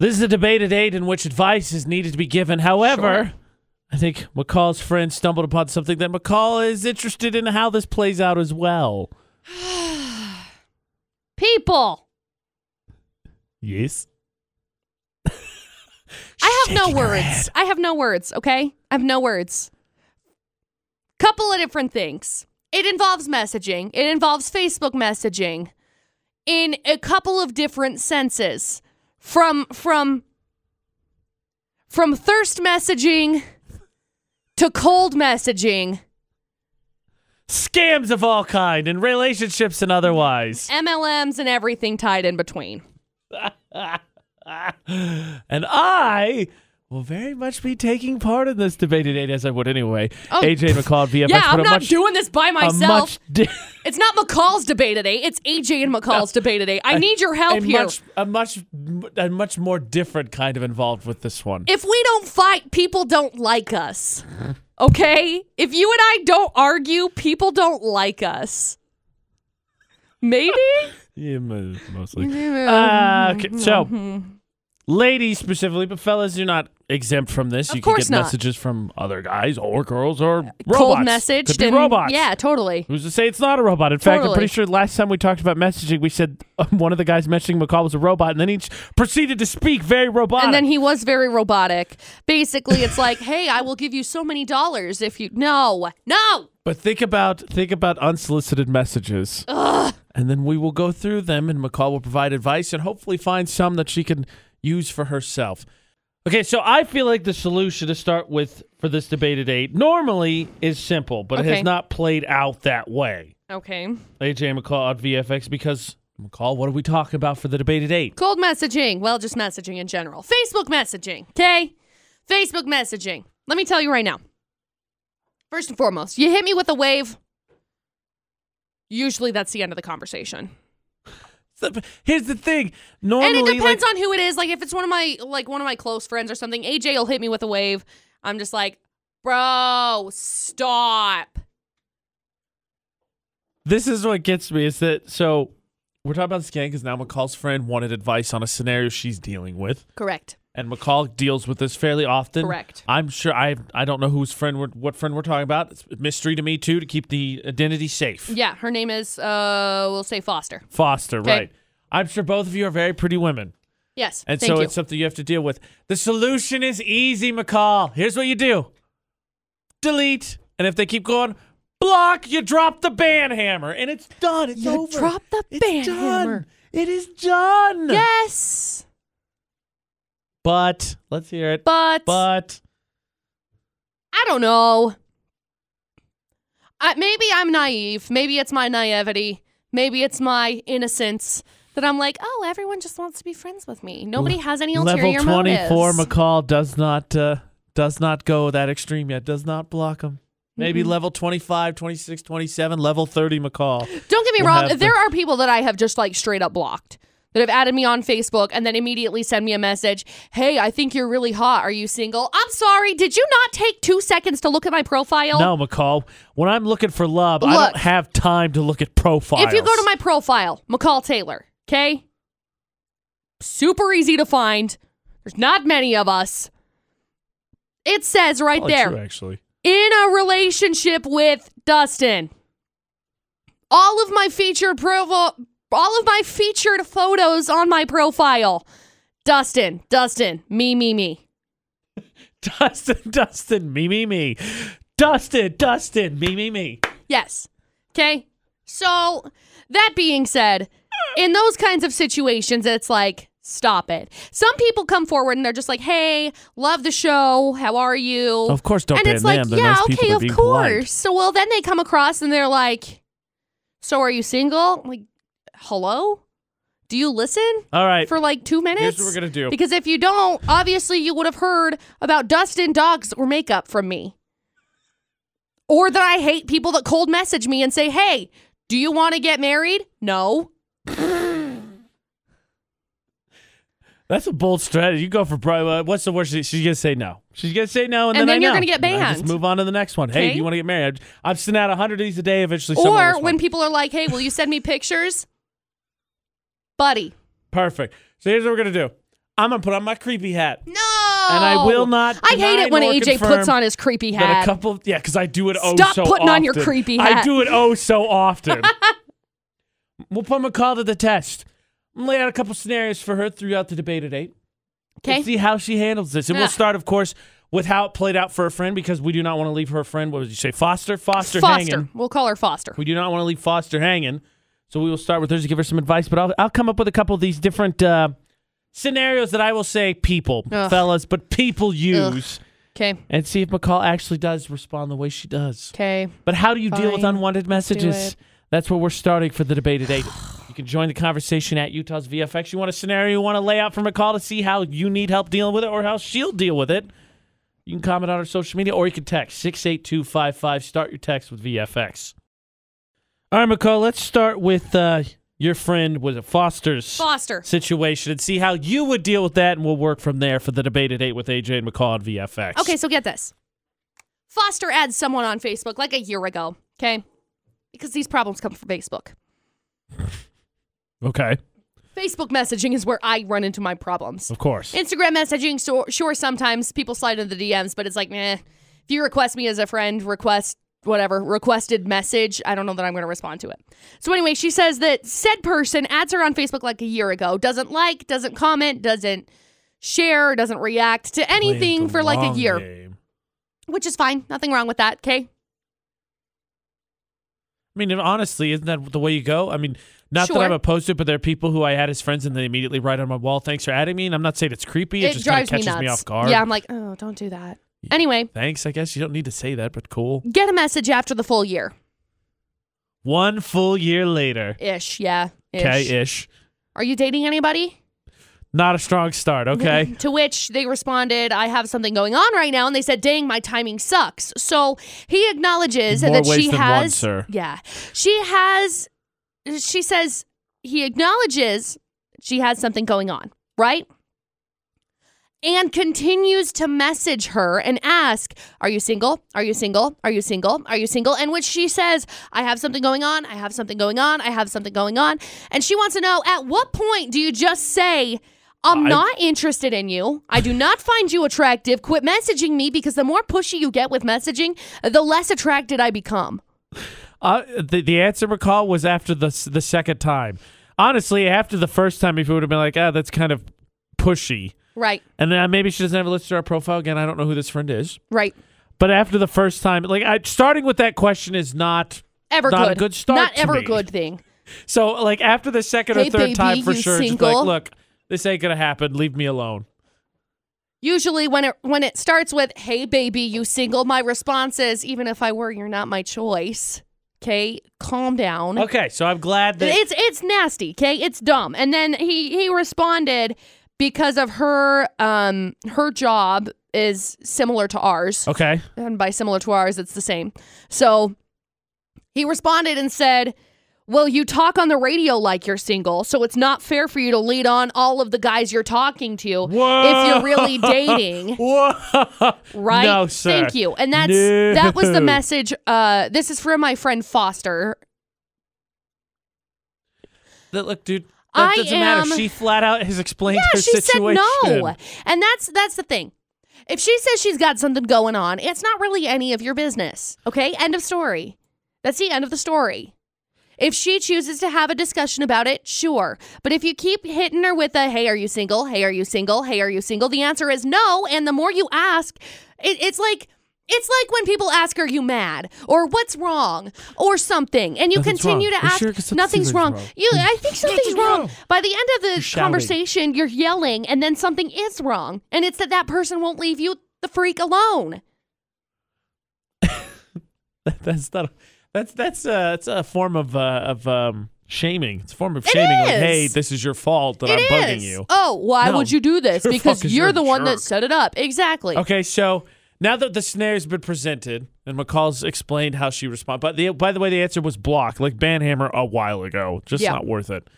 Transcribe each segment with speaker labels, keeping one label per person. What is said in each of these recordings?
Speaker 1: This is a debated aid in which advice is needed to be given. However, I think McCall's friend stumbled upon something that McCall is interested in how this plays out as well.
Speaker 2: People,
Speaker 1: Yes.
Speaker 2: I have no words. I have no words, okay? I have no words. Couple of different things. It involves messaging, it involves Facebook messaging in a couple of different senses. From from from thirst messaging to cold messaging,
Speaker 1: Scams of all kind in relationships and otherwise.
Speaker 2: MLMs and everything tied in between.
Speaker 1: and I will very much be taking part in this debated aid as I would anyway.
Speaker 2: Oh,
Speaker 1: AJ and McCall at VFX.
Speaker 2: yeah,
Speaker 1: but
Speaker 2: I'm
Speaker 1: a
Speaker 2: not
Speaker 1: much,
Speaker 2: doing this by
Speaker 1: a
Speaker 2: myself.
Speaker 1: much di-
Speaker 2: It's not McCall's debate today. It's AJ and McCall's debate today. I need your help
Speaker 1: a
Speaker 2: here.
Speaker 1: Much, a much, a much more different kind of involved with this one.
Speaker 2: if we don't fight, people don't like us. Okay? If you and I don't argue, people don't like us. Maybe?
Speaker 1: yeah, mo- mostly. Uh,
Speaker 2: mm-hmm.
Speaker 1: okay, so, ladies specifically, but fellas, you're not exempt from this. you
Speaker 2: Of
Speaker 1: can
Speaker 2: course
Speaker 1: get
Speaker 2: not. Uh,
Speaker 1: messages from other guys or girls or robots.
Speaker 2: Cold message.
Speaker 1: Could be
Speaker 2: and-
Speaker 1: robots.
Speaker 2: Yeah, totally.
Speaker 1: Who's to say it's not a robot? In fact, I'm
Speaker 2: Totally.
Speaker 1: pretty sure last time we talked about messaging, we said um, one of the guys messaging McCall was a robot, and then he ch- proceeded to speak very robotic.
Speaker 2: And then he was very robotic. Basically, it's like, hey, I will give you so many dollars if you. No, no.
Speaker 1: but think about think about unsolicited messages, and then we will go through them, and McCall will provide advice and hopefully find some that she can use for herself. Okay, so I feel like the solution to start with for this debate at eight normally is simple, but it
Speaker 2: Okay.
Speaker 1: has not played out that way.
Speaker 2: Okay.
Speaker 1: AJ McCall on VFX because McCall, what are we talking about for the debate at eight?
Speaker 2: Cold messaging. Well, just messaging in general. Facebook messaging. Okay? Facebook messaging. Let me tell you right now. First and foremost, you hit me with a wave. Usually that's the end of the conversation.
Speaker 1: So- Here's the thing. Normally,
Speaker 2: and it
Speaker 1: like,
Speaker 2: depends on who it is. Like if it's one of my like one of my close friends or something, AJ will hit me with a wave. I'm just like, "Bro, stop."
Speaker 1: this is what gets me is that so we're talking about this gang because now McCall's friend wanted advice on a scenario she's dealing with,
Speaker 2: Correct.
Speaker 1: and McCall deals with this fairly often.
Speaker 2: Correct.
Speaker 1: I'm sure I I don't know whose friend we're, what friend we're talking about. It's a mystery to me too to keep the identity safe.
Speaker 2: Yeah, her name is uh we'll say Foster.
Speaker 1: Foster,
Speaker 2: Okay.
Speaker 1: right? I'm sure both of you are very pretty women,
Speaker 2: Yes.
Speaker 1: and
Speaker 2: thank
Speaker 1: so
Speaker 2: you.
Speaker 1: it's something you have to deal with. The solution is easy, McCall. Here's what you do: delete, and if they keep going. Block, you drop the ban hammer, and it's done. It's
Speaker 2: You
Speaker 1: over.
Speaker 2: drop the
Speaker 1: It's
Speaker 2: ban
Speaker 1: done.
Speaker 2: hammer.
Speaker 1: It is done.
Speaker 2: Yes.
Speaker 1: But let's hear it.
Speaker 2: But
Speaker 1: But
Speaker 2: I don't know. I, maybe I'm naive. Maybe it's my naivety. Maybe it's my innocence that I'm like, oh, everyone just wants to be friends with me. Nobody has any ulterior
Speaker 1: level twenty-four
Speaker 2: motives.
Speaker 1: McCall does not uh, does not go that extreme yet. Does not block him. Maybe
Speaker 2: Mm-hmm.
Speaker 1: level 25, 26, 27, level 30 McCall.
Speaker 2: Don't get me
Speaker 1: will
Speaker 2: wrong.
Speaker 1: have the-
Speaker 2: There are people that I have just like straight up blocked that have added me on Facebook and then immediately send me a message. Hey, I think you're really hot. Are you single? I'm sorry. Did you not take two seconds to look at my profile?
Speaker 1: No, McCall. When I'm looking for love, I
Speaker 2: Look.
Speaker 1: don't have time to look at profiles.
Speaker 2: If you go to my profile, McCall Taylor, okay? Super easy to find. There's not many of us. It says right
Speaker 1: Probably
Speaker 2: there
Speaker 1: Oh, true, actually.
Speaker 2: in a relationship with Dustin. All of my featured provo- all of my featured photos on my profile. Dustin, Dustin, me, me, me.
Speaker 1: Dustin, Dustin, me, me, me. Dustin, Dustin, me, me, me.
Speaker 2: Yes. Okay. So, that being said, in those kinds of situations, it's like, stop it. Some people come forward and they're just like, hey, love the show. How are you?
Speaker 1: Of course, don't
Speaker 2: and
Speaker 1: ban
Speaker 2: it's like,
Speaker 1: them. Then
Speaker 2: yeah,
Speaker 1: those people
Speaker 2: okay,
Speaker 1: are
Speaker 2: of
Speaker 1: being
Speaker 2: course.
Speaker 1: polite.
Speaker 2: So, well, then they come across and they're like, so are you single? I'm Like, hello? Do you listen
Speaker 1: All right.
Speaker 2: for like two minutes?
Speaker 1: Here's what we're going to do.
Speaker 2: Because if you don't, obviously you would have heard about Dustin dogs or makeup from me. Or that I hate people that cold message me and say, hey, do you want to get married? No.
Speaker 1: That's a bold strategy. You go for bro. Uh, what's the worst? she- She's gonna say no. She's gonna say no, and,
Speaker 2: And
Speaker 1: then,
Speaker 2: then
Speaker 1: I
Speaker 2: you're
Speaker 1: know.
Speaker 2: gonna get
Speaker 1: And I
Speaker 2: banned.
Speaker 1: Just move on to the next one. Hey,
Speaker 2: Okay.
Speaker 1: you want to get married? I've, I've sent out hundred of these a day. Eventually, someone
Speaker 2: Or
Speaker 1: will
Speaker 2: when
Speaker 1: respond.
Speaker 2: people are like, hey, will you send me pictures? Buddy.
Speaker 1: perfect. So here's what we're gonna do. I'm gonna put on my creepy hat,
Speaker 2: No.
Speaker 1: and I will not.
Speaker 2: I hate
Speaker 1: deny
Speaker 2: it when
Speaker 1: nor
Speaker 2: AJ puts
Speaker 1: confirm
Speaker 2: on his creepy
Speaker 1: that a
Speaker 2: hat.
Speaker 1: couple. yeah, because I do it. oh,
Speaker 2: Stop
Speaker 1: so
Speaker 2: putting on your
Speaker 1: often.
Speaker 2: creepy
Speaker 1: I
Speaker 2: hat.
Speaker 1: do it. Oh, so often. we'll put McCall to the test. I'm lay out a couple scenarios for her throughout the debate at eight.
Speaker 2: Okay.
Speaker 1: and see how she handles this. And we'll
Speaker 2: Ah.
Speaker 1: start, of course, with how it played out for her friend because we do not want to leave her friend. What did you say, Foster? Foster, hanging.
Speaker 2: We'll call her Foster.
Speaker 1: We do not want to leave Foster hanging. So we will start with hers to give her some advice. But I'll, I'll come up with a couple of these different uh, scenarios that I will say people,
Speaker 2: Ugh.
Speaker 1: fellas, but people use
Speaker 2: Okay.
Speaker 1: and see if McCall actually does respond the way she does.
Speaker 2: Okay.
Speaker 1: But how do you deal with
Speaker 2: Fine.
Speaker 1: unwanted messages?
Speaker 2: it.
Speaker 1: That's where we're starting for the debate today. you can join the conversation at Utah's VFX. You want a scenario you want to lay out for McCall to see how you need help dealing with it or how she'll deal with it. You can comment on our social media or you can text 68255. Start your text with VFX. All right, McCall, let's start with uh, your friend with Foster's
Speaker 2: Foster.
Speaker 1: situation and see how you would deal with that, and we'll work from there for the debate at 8 with AJ and McCall on VFX.
Speaker 2: Okay, so get this. Foster adds someone on Facebook like a year ago, okay? Because these problems come from Facebook.
Speaker 1: Okay,
Speaker 2: Facebook messaging is where I run into my problems.
Speaker 1: of course.
Speaker 2: Instagram messaging, so, sure, sometimes people slide into the DMs, but it's like, meh. If you request me as a friend, request whatever, requested message, I don't know that I'm going to respond to it. So, anyway, she says that said person adds her on Facebook like a year ago, doesn't like, doesn't comment, doesn't share, doesn't react to
Speaker 1: Played
Speaker 2: anything
Speaker 1: the
Speaker 2: for like a
Speaker 1: long
Speaker 2: year,
Speaker 1: game.
Speaker 2: which is fine. Nothing wrong with that, okay?
Speaker 1: I mean, and honestly, isn't that the way you go? I mean, not that
Speaker 2: Sure.
Speaker 1: I'm opposed to it, but there are people who I add as friends and they immediately write on my wall, thanks for adding me. And I'm not saying it's creepy. It, just kind of catches me, off guard.
Speaker 2: Yeah, I'm like, oh, don't do that. Anyway,
Speaker 1: Thanks, I guess. You don't need to say that, but cool.
Speaker 2: get a message after the full year
Speaker 1: One full year later.
Speaker 2: ish. Yeah. Ish.
Speaker 1: Okay, ish.
Speaker 2: Are you dating anybody?
Speaker 1: Not a strong start, okay?
Speaker 2: To which they responded, I have something going on right now. And they said, dang, my timing sucks. So he acknowledges
Speaker 1: More
Speaker 2: that
Speaker 1: ways
Speaker 2: she
Speaker 1: than one,
Speaker 2: has.
Speaker 1: sir.
Speaker 2: Yeah. She has. She says, he acknowledges she has something going on, right? And continues to message her and ask, Are you single? Are you single? Are you single? Are you single? And which she says, I have something going on. I have something going on. I have something going on. And she wants to know at what point do you just say, I'm
Speaker 1: I-
Speaker 2: not interested in you. I do not find you attractive. Quit messaging me because the more pushy you get with messaging, the less attracted I become.
Speaker 1: Uh, the, the answer, McCall, was after the, s- the second time. Honestly, after the first time, if you would have been like, ah, that's kind of pushy.
Speaker 2: Right,
Speaker 1: And then uh, maybe she doesn't have a list to our profile. Again, I don't know who this friend is.
Speaker 2: right.
Speaker 1: But after the first time, like I, starting with that question is not
Speaker 2: Ever
Speaker 1: Not a
Speaker 2: good.
Speaker 1: good start
Speaker 2: Not
Speaker 1: to
Speaker 2: ever
Speaker 1: me.
Speaker 2: good thing.
Speaker 1: So, like after the second or
Speaker 2: Hey,
Speaker 1: third
Speaker 2: baby,
Speaker 1: time, for
Speaker 2: you
Speaker 1: sure, just
Speaker 2: single?
Speaker 1: like, look, this ain't gonna happen. Leave me alone.
Speaker 2: Usually when it when it starts with "Hey baby, you single?" my response is "Even if I were, you're not my choice." Okay, calm down.
Speaker 1: Okay, so I'm glad that
Speaker 2: It's it's nasty, okay? It's dumb. And then he he responded because of her um her job is similar to ours.
Speaker 1: okay,
Speaker 2: And by similar to ours, it's the same. So he responded and said, Well, you talk on the radio like you're single, so it's not fair for you to lead on all of the guys you're talking to if you're really dating.
Speaker 1: Whoa.
Speaker 2: Right?
Speaker 1: No, sir.
Speaker 2: Thank you. And that's
Speaker 1: No.
Speaker 2: that was the message. Uh this is from my friend Foster.
Speaker 1: That, look, dude, that
Speaker 2: I
Speaker 1: doesn't
Speaker 2: am-
Speaker 1: matter. She flat out has explained her
Speaker 2: Yeah, she
Speaker 1: situation.
Speaker 2: said no. And that's that's the thing. If she says she's got something going on, it's not really any of your business. Okay? End of story. That's the end of the story. If she chooses to have a discussion about it, sure. But if you keep hitting her with a hey, are you single? Hey, are you single? Hey, are you single? The answer is no. And the more you ask, it, it's like it's like when people ask, "Are you mad?" or "What's wrong?" or something, and you
Speaker 1: Nothing's
Speaker 2: continue
Speaker 1: wrong.
Speaker 2: to
Speaker 1: Are you
Speaker 2: ask,
Speaker 1: sure? 'Cause something
Speaker 2: "Nothing's
Speaker 1: seems
Speaker 2: wrong."
Speaker 1: wrong.
Speaker 2: You, I think something's
Speaker 1: Nothing's
Speaker 2: wrong.
Speaker 1: wrong.
Speaker 2: By the end of the
Speaker 1: shouting.
Speaker 2: conversation, you're yelling, and then something is wrong, and it's that that person won't leave you the freak alone.
Speaker 1: That's not. That's that's uh, it's a form of uh, of um, shaming. It's a form of shaming. Like,
Speaker 2: is.
Speaker 1: hey, this is your fault that
Speaker 2: It
Speaker 1: I'm bugging
Speaker 2: is.
Speaker 1: you.
Speaker 2: Oh, why
Speaker 1: No,
Speaker 2: would you do this?
Speaker 1: your
Speaker 2: Because
Speaker 1: fuck is
Speaker 2: you're
Speaker 1: you're a
Speaker 2: the one
Speaker 1: jerk.
Speaker 2: that set it up. Exactly.
Speaker 1: Okay, so now that the scenario's been presented and McCall's explained how she responded, but the, by the way, the answer was blocked, like Banhammer a while ago. Just
Speaker 2: Yeah.
Speaker 1: not worth it.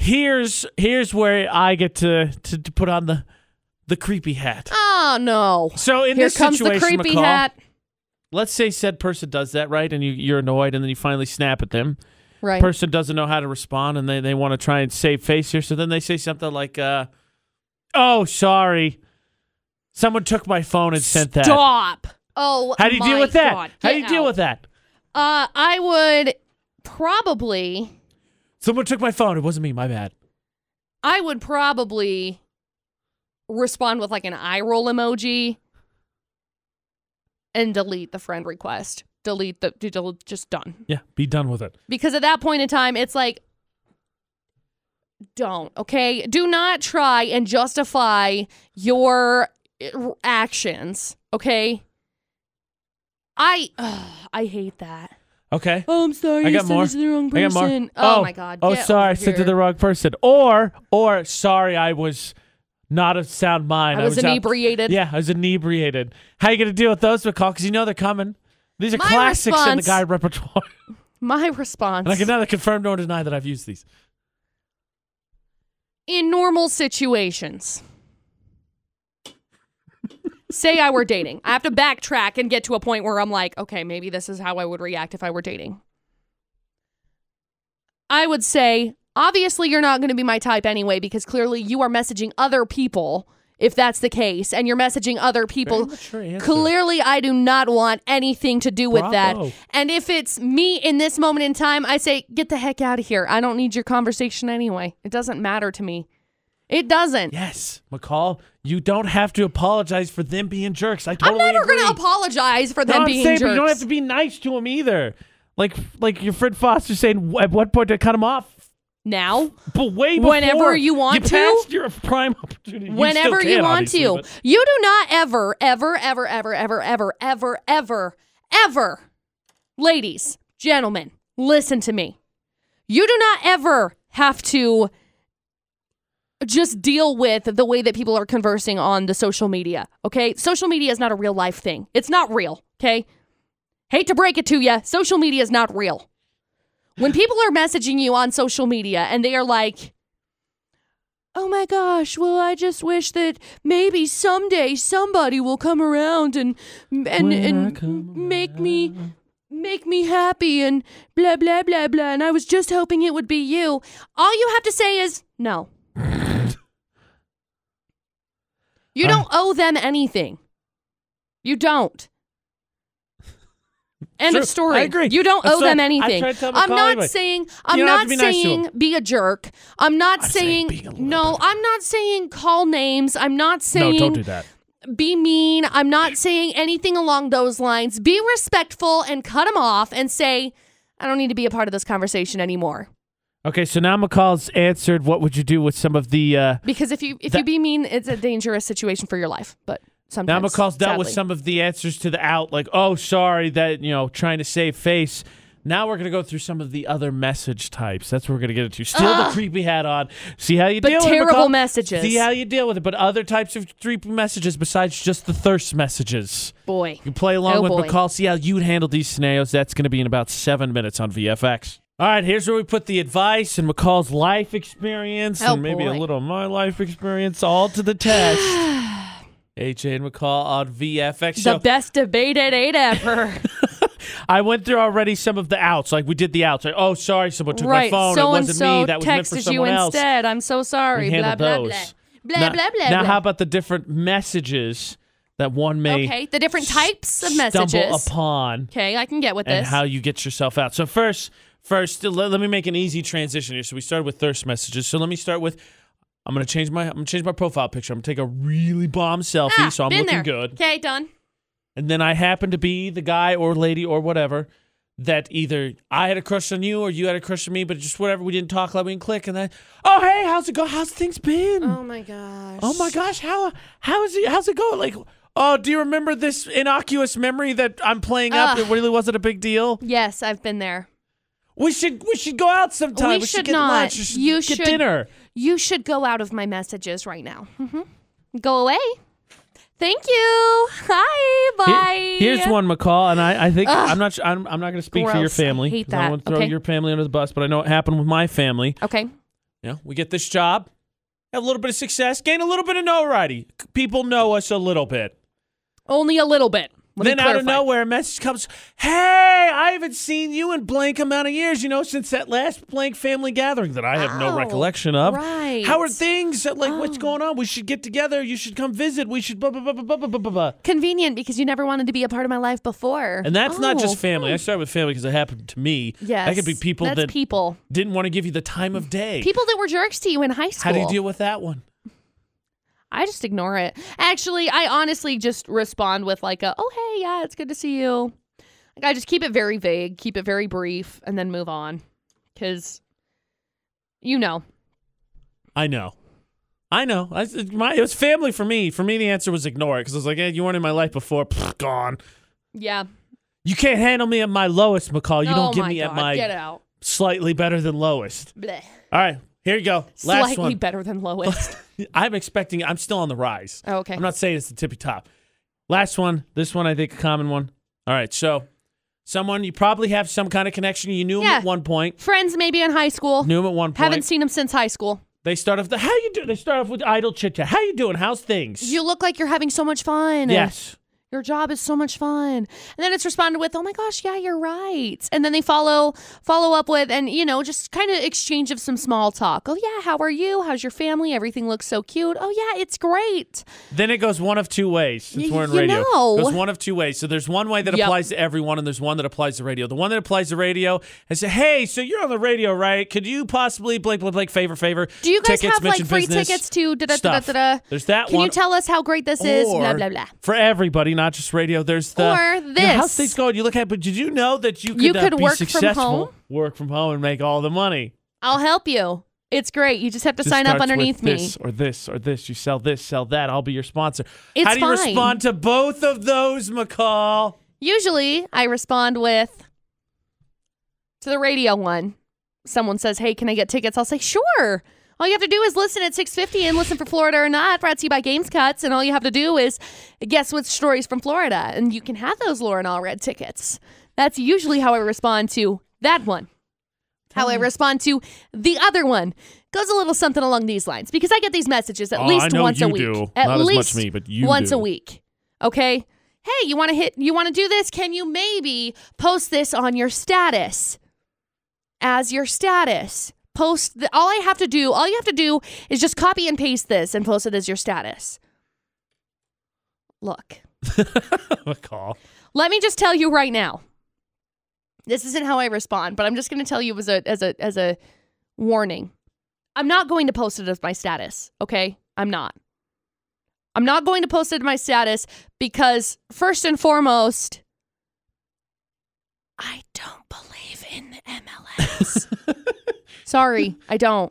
Speaker 1: Here's here's where I get to, to to put on the the creepy hat.
Speaker 2: Oh no.
Speaker 1: So in
Speaker 2: Here
Speaker 1: this
Speaker 2: comes the
Speaker 1: situation,
Speaker 2: creepy
Speaker 1: McCall,
Speaker 2: hat.
Speaker 1: let's say said person does that right, and you, you're annoyed, and then you finally snap at them.
Speaker 2: Right.
Speaker 1: Person doesn't know how to respond, and they they want to try and save face here. So then they say something like, uh, Oh, sorry. Someone took my phone and sent that.
Speaker 2: Stop. Oh,
Speaker 1: How do you deal
Speaker 2: my
Speaker 1: with that?
Speaker 2: God.
Speaker 1: How do
Speaker 2: Get
Speaker 1: you deal
Speaker 2: out.
Speaker 1: with that?
Speaker 2: Uh, I would probably,
Speaker 1: Someone took my phone. It wasn't me. My bad.
Speaker 2: I would probably respond with like an eye roll emoji and delete the friend request. Delete the d- del- just done
Speaker 1: Yeah, be done with it.
Speaker 2: because at that point in time, it's like, don't okay. Do not try and justify your uh, actions. Okay. I ugh, I hate that.
Speaker 1: Okay.
Speaker 2: Oh, I'm sorry.
Speaker 1: I
Speaker 2: you
Speaker 1: got
Speaker 2: sent
Speaker 1: more.
Speaker 2: This to the wrong
Speaker 1: I got more.
Speaker 2: person. Oh, my god.
Speaker 1: Oh,
Speaker 2: Get
Speaker 1: sorry, I
Speaker 2: over
Speaker 1: sent to
Speaker 2: here.
Speaker 1: the wrong person. Or, or sorry, I was not of sound mind.
Speaker 2: I was,
Speaker 1: out-
Speaker 2: inebriated.
Speaker 1: Yeah, I was inebriated. How you gonna deal with those, McCall? Because you know they're coming. These are
Speaker 2: My
Speaker 1: classics in the
Speaker 2: response-
Speaker 1: guy repertoire.
Speaker 2: My response
Speaker 1: and I can neither confirm nor deny that I've used these.
Speaker 2: in normal situations. Say I were dating. I have to backtrack and get to a point where I'm like, okay, maybe this is how I would react if I were dating. I would say, obviously, you're not going to be my type anyway, because clearly you are messaging other people if that's the case, and you're messaging other people Clearly, I do not want anything to do with
Speaker 1: Bravo.
Speaker 2: that. And if it's me in this moment in time, I say, get the heck out of here. I don't need your conversation anyway. It doesn't matter to me. It doesn't.
Speaker 1: Yes, McCall, you don't have to apologize for them being jerks. I
Speaker 2: I'm
Speaker 1: totally
Speaker 2: never
Speaker 1: agree.
Speaker 2: going to apologize for
Speaker 1: No,
Speaker 2: them
Speaker 1: I'm
Speaker 2: being
Speaker 1: saying,
Speaker 2: jerks.
Speaker 1: but you don't have to be nice to them either. Like, like your friend Foster saying, at what point do I cut him off?
Speaker 2: now,
Speaker 1: But way before
Speaker 2: Whenever you want
Speaker 1: you
Speaker 2: to.
Speaker 1: Passed your prime opportunity. You
Speaker 2: whenever
Speaker 1: still
Speaker 2: you
Speaker 1: can,
Speaker 2: want
Speaker 1: obviously,
Speaker 2: to.
Speaker 1: but-
Speaker 2: You do not ever, ever, ever, ever, ever, ever, ever, ever, ever, ladies, gentlemen, listen to me. You do not ever have to just deal with the way that people are conversing on the social media, okay? Social media is not a real life thing. It's not real, okay? Hate to break it to you, social media is not real. When people are messaging you on social media and they are like, oh my gosh, well, I just wish that maybe someday somebody will come around and and and make me make me happy and blah blah blah blah and I was just hoping it would be you. All you have to say is no.
Speaker 1: Um,
Speaker 2: you don't owe them anything. You don't. End
Speaker 1: True.
Speaker 2: of story.
Speaker 1: I agree.
Speaker 2: You don't
Speaker 1: That's
Speaker 2: owe
Speaker 1: what I-
Speaker 2: them
Speaker 1: I
Speaker 2: anything.
Speaker 1: tried to tell
Speaker 2: I'm
Speaker 1: Macaulay,
Speaker 2: not
Speaker 1: but
Speaker 2: saying I'm
Speaker 1: don't have to
Speaker 2: not
Speaker 1: be nice to
Speaker 2: saying be a jerk. I'm not
Speaker 1: I'm saying
Speaker 2: saying,
Speaker 1: being a little
Speaker 2: no,
Speaker 1: bit.
Speaker 2: I'm not saying call names. I'm not saying
Speaker 1: no, don't do that.
Speaker 2: be mean. I'm not saying anything along those lines. Be respectful and cut them off and say, I don't need to be a part of this conversation anymore.
Speaker 1: Okay, so now McCall's answered. What would you do with some of the? Uh,
Speaker 2: Because if you if
Speaker 1: That-
Speaker 2: you be mean, it's a dangerous situation for your life. But
Speaker 1: now
Speaker 2: sometimes
Speaker 1: McCall's dealt with
Speaker 2: sadly.
Speaker 1: some of the answers to the out, like oh sorry that you know trying to save face. Now we're gonna go through some of the other message types. That's what we're gonna get into. Still the creepy hat on. See how you
Speaker 2: But
Speaker 1: deal with it,
Speaker 2: terrible
Speaker 1: McCall.
Speaker 2: messages.
Speaker 1: See how you deal with it. But other types of creepy messages besides just the thirst messages.
Speaker 2: boy.
Speaker 1: You play along
Speaker 2: Oh,
Speaker 1: with
Speaker 2: boy.
Speaker 1: McCall, see how you'd handle these scenarios. That's going to be in about seven minutes on VFX. All right, here's where we put the advice and McCall's life experience
Speaker 2: Oh,
Speaker 1: and maybe a
Speaker 2: boy.
Speaker 1: little of my life experience all to the test. AJ and McCall on VFX.
Speaker 2: The
Speaker 1: So
Speaker 2: best debated eight ever.
Speaker 1: I went through already some of the outs. Like we did the outs. Like, oh, sorry, someone took
Speaker 2: right.
Speaker 1: my phone. it
Speaker 2: So and
Speaker 1: wasn't
Speaker 2: so
Speaker 1: me. That was meant for
Speaker 2: texted you
Speaker 1: someone else.
Speaker 2: instead. I'm so sorry.
Speaker 1: We
Speaker 2: Blah
Speaker 1: handled
Speaker 2: blah blah.
Speaker 1: those.
Speaker 2: Blah
Speaker 1: now,
Speaker 2: blah blah.
Speaker 1: Now,
Speaker 2: blah.
Speaker 1: how about the different messages that one may
Speaker 2: okay, the different types of
Speaker 1: stumble
Speaker 2: messages.
Speaker 1: upon?
Speaker 2: Okay, I can get with
Speaker 1: and
Speaker 2: this.
Speaker 1: how you get yourself out. So first, first let, let me make an easy transition here. So we started with thirst messages. So let me start with I'm gonna change my I'm gonna change my profile picture. I'm gonna take a really bomb selfie,
Speaker 2: ah,
Speaker 1: so I'm
Speaker 2: been
Speaker 1: looking
Speaker 2: there.
Speaker 1: good.
Speaker 2: Okay, done.
Speaker 1: And then I happen to be the guy or lady or whatever that either I had a crush on you or you had a crush on me, but just whatever we didn't talk, like we didn't click, and then oh hey, how's it go? How's things been?
Speaker 2: Oh my gosh.
Speaker 1: Oh my gosh, how how is it? How's it going? Like, oh, do you remember this innocuous memory that I'm playing up?
Speaker 2: Ugh.
Speaker 1: It really wasn't a big deal.
Speaker 2: Yes, I've been there.
Speaker 1: We should we should go out sometime.
Speaker 2: We
Speaker 1: We, should,
Speaker 2: should
Speaker 1: get
Speaker 2: not.
Speaker 1: lunch. We should
Speaker 2: You
Speaker 1: get
Speaker 2: should-
Speaker 1: dinner.
Speaker 2: You should go out of my messages right now. hmm Go away. Thank you. Hi. Bye.
Speaker 1: Here's one, McCall, and I, I think I'm not su- I'm, I'm not going to speak for your
Speaker 2: Gross. I
Speaker 1: family.
Speaker 2: hate
Speaker 1: 'cause I
Speaker 2: that.
Speaker 1: want to throw
Speaker 2: Okay.
Speaker 1: your family under the bus, but I know it happened with my family.
Speaker 2: Okay.
Speaker 1: Yeah, we get this job, have a little bit of success, gain a little bit of notoriety. People know us a little bit.
Speaker 2: Only a little bit. Let me
Speaker 1: then out of
Speaker 2: clarify.
Speaker 1: nowhere, a message comes. Hey, I haven't seen you in blank amount of years. You know, since that last blank family gathering that I have
Speaker 2: Oh,
Speaker 1: no recollection of.
Speaker 2: right.
Speaker 1: How are things? uh, Like, what's
Speaker 2: Oh.
Speaker 1: going on? We should get together. You should come visit. We should. Blah blah blah blah blah blah blah. blah.
Speaker 2: Convenient because you never wanted to be a part of my life before.
Speaker 1: And that's not
Speaker 2: Oh,
Speaker 1: just family. I start with family because it happened to me.
Speaker 2: Yes.
Speaker 1: that could be people
Speaker 2: That's
Speaker 1: that
Speaker 2: people.
Speaker 1: didn't want to give you the time of day.
Speaker 2: People that were jerks to you in high school.
Speaker 1: How do you deal with that one?
Speaker 2: I just ignore it. Actually, I honestly just respond with like a, "Oh hey, yeah, it's good to see you." Like I just keep it very vague, keep it very brief, and then move on, because you know,
Speaker 1: I know. I know. I, my, it was family for me. For me, the answer was ignore it because I was like, hey, you weren't in my life before. Pfft, gone.
Speaker 2: yeah.
Speaker 1: You can't handle me at my lowest, McCall. You
Speaker 2: oh
Speaker 1: don't give
Speaker 2: my
Speaker 1: me
Speaker 2: God,
Speaker 1: at my
Speaker 2: get out.
Speaker 1: slightly better than lowest.
Speaker 2: Blech.
Speaker 1: All right, here you go. Last
Speaker 2: Slightly better than lowest.
Speaker 1: one. I'm expecting, I'm still on the rise.
Speaker 2: Oh, okay.
Speaker 1: I'm not saying it's the tippy top. Last one. This one, I think, a common one. All right, so someone you probably have some kind of connection. You knew him
Speaker 2: Yeah.
Speaker 1: at one point.
Speaker 2: Friends maybe in high school.
Speaker 1: Knew him at one point.
Speaker 2: Haven't seen them since high school.
Speaker 1: they start off the how you doing? They start off with idle chit chat. How you doing? How's things?
Speaker 2: You look like you're having so much fun.
Speaker 1: yes.
Speaker 2: Your job is so much fun. And then it's responded with, "Oh my gosh, yeah, you're right." And then they follow follow up with and you know, just kind of exchange of some small talk. "Oh yeah, how are you? How's your family? Everything looks so cute." "Oh yeah, it's great."
Speaker 1: Then it goes one of two ways since
Speaker 2: Y-
Speaker 1: we're in
Speaker 2: you
Speaker 1: radio.
Speaker 2: know.
Speaker 1: It goes one of two ways. So there's one way that
Speaker 2: Yep.
Speaker 1: applies to everyone, and there's one that applies to radio. The one that applies to radio I say, "Hey, so you're on the radio, right? Could you possibly blank, blank, blank, favor, favor?
Speaker 2: Do you guys
Speaker 1: tickets,
Speaker 2: have like
Speaker 1: mention
Speaker 2: free
Speaker 1: business,
Speaker 2: tickets to da da da
Speaker 1: stuff.
Speaker 2: da da?
Speaker 1: There's that
Speaker 2: Can
Speaker 1: one.
Speaker 2: you tell us how great this is? Blah
Speaker 1: or-
Speaker 2: blah blah.
Speaker 1: For everybody, not just radio. There's the
Speaker 2: Or
Speaker 1: you know, how's
Speaker 2: this.
Speaker 1: things going? You look at, but did you know that you could,
Speaker 2: You
Speaker 1: uh,
Speaker 2: could
Speaker 1: be
Speaker 2: work from
Speaker 1: successful,
Speaker 2: home?
Speaker 1: work from home, and make all the money?
Speaker 2: I'll help you. It's great. You just have to
Speaker 1: Just
Speaker 2: sign
Speaker 1: starts
Speaker 2: up
Speaker 1: with
Speaker 2: underneath me.
Speaker 1: This or this or this. You sell this, sell that. I'll be your sponsor.
Speaker 2: It's
Speaker 1: How do you
Speaker 2: fine.
Speaker 1: respond to both of those, McCall?
Speaker 2: Usually I respond with to the radio one. Someone says, "Hey, can I get tickets?" I'll say, "Sure." All you have to do is listen at 6:50 and listen for Florida or not brought to you by Games Cuts and all you have to do is guess what stories from Florida and you can have those Lauren All Red tickets. That's usually how I respond to that one. How I respond to the other one goes a little something along these lines because I get these messages at
Speaker 1: Oh, I
Speaker 2: least
Speaker 1: know
Speaker 2: once a
Speaker 1: you
Speaker 2: week.
Speaker 1: do.
Speaker 2: At
Speaker 1: Not as much
Speaker 2: least
Speaker 1: me, but you
Speaker 2: once
Speaker 1: do.
Speaker 2: a week. Okay? Hey, you want to hit you want to do this? Can you maybe post this on your status? As your status. Post the, all I have to do, all you have to do is just copy and paste this and post it as your status. Look.
Speaker 1: McCall.
Speaker 2: Let me just tell you right now. This isn't how I respond, but I'm just going to tell you as a as a as a warning. I'm not going to post it as my status, okay? I'm not. I'm not going to post it as my status because first and foremost I don't believe in the MLS. Sorry, I don't.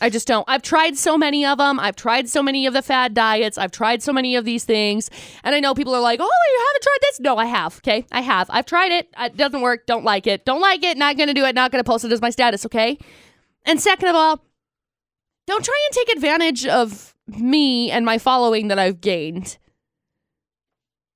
Speaker 2: I just don't. I've tried so many of them. I've tried so many of the fad diets. I've tried so many of these things. And I know people are like, oh, you haven't tried this. No, I have. Okay. I have. I've tried it. It doesn't work. Don't like it. Don't like it. Not going to do it. Not going to post it as my status. Okay. And second of all, don't try and take advantage of me and my following that I've gained.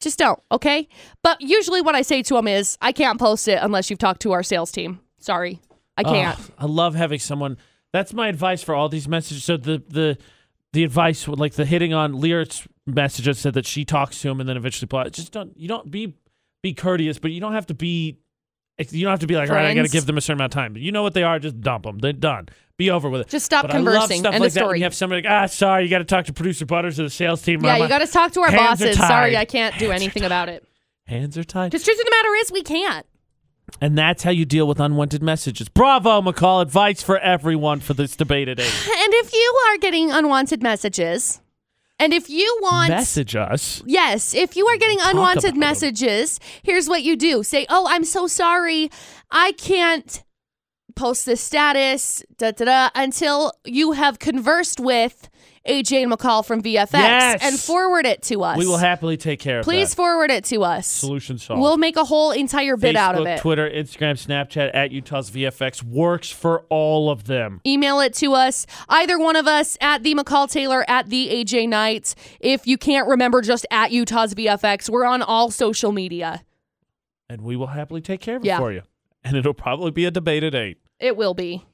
Speaker 2: Just don't. Okay. But usually what I say to them is, I can't post it unless you've talked to our sales team. Sorry. I can't.
Speaker 1: Oh, I love having someone. That's my advice for all these messages. So the the the advice, would- like the hitting on Lyrics messages, said that she talks to him and then eventually plot. Just don't you don't be be courteous, but you don't have to be. it's- You don't have to be like, all right, I got to
Speaker 2: Friends.
Speaker 1: give them a certain amount of time. You know what they are? Just dump them. They're done. Be over with it.
Speaker 2: Just stop
Speaker 1: But I love
Speaker 2: conversing.
Speaker 1: stuff
Speaker 2: End
Speaker 1: like
Speaker 2: of
Speaker 1: that when
Speaker 2: story.
Speaker 1: You have somebody like, ah, sorry, you got to talk to producer Butters or the sales team.
Speaker 2: Yeah,
Speaker 1: I'm
Speaker 2: you
Speaker 1: like,
Speaker 2: got to talk to our
Speaker 1: Hands are
Speaker 2: bosses.
Speaker 1: tied.
Speaker 2: Sorry, I can't do
Speaker 1: Hands are
Speaker 2: anything about it.
Speaker 1: hands are tied.
Speaker 2: Just truth of the matter is, we can't.
Speaker 1: And that's how you deal with unwanted messages. Bravo, McCall. Advice for everyone for this debate today.
Speaker 2: And if you are getting unwanted messages, and if you want.
Speaker 1: Message us.
Speaker 2: Yes, if you are getting
Speaker 1: about
Speaker 2: unwanted
Speaker 1: 'em.
Speaker 2: messages, here's what you do. Say, "Oh, I'm so sorry. I can't post this status da da da until you have conversed with AJ and McCall from VFX
Speaker 1: Yes.
Speaker 2: and forward it to us.
Speaker 1: We will happily take care of
Speaker 2: Please
Speaker 1: that.
Speaker 2: forward it to us.
Speaker 1: Solution solved.
Speaker 2: We'll make a whole entire bit out of
Speaker 1: Facebook,
Speaker 2: it.
Speaker 1: Twitter, Instagram, Snapchat at Utah's VFX works for all of them.
Speaker 2: email it to us either one of us at the mccall taylor at the aj knight if you can't remember just at utah's vfx we're on all social media
Speaker 1: And we will happily take care of it
Speaker 2: Yeah.
Speaker 1: for you. And it'll probably be a debate at eight.
Speaker 2: it will be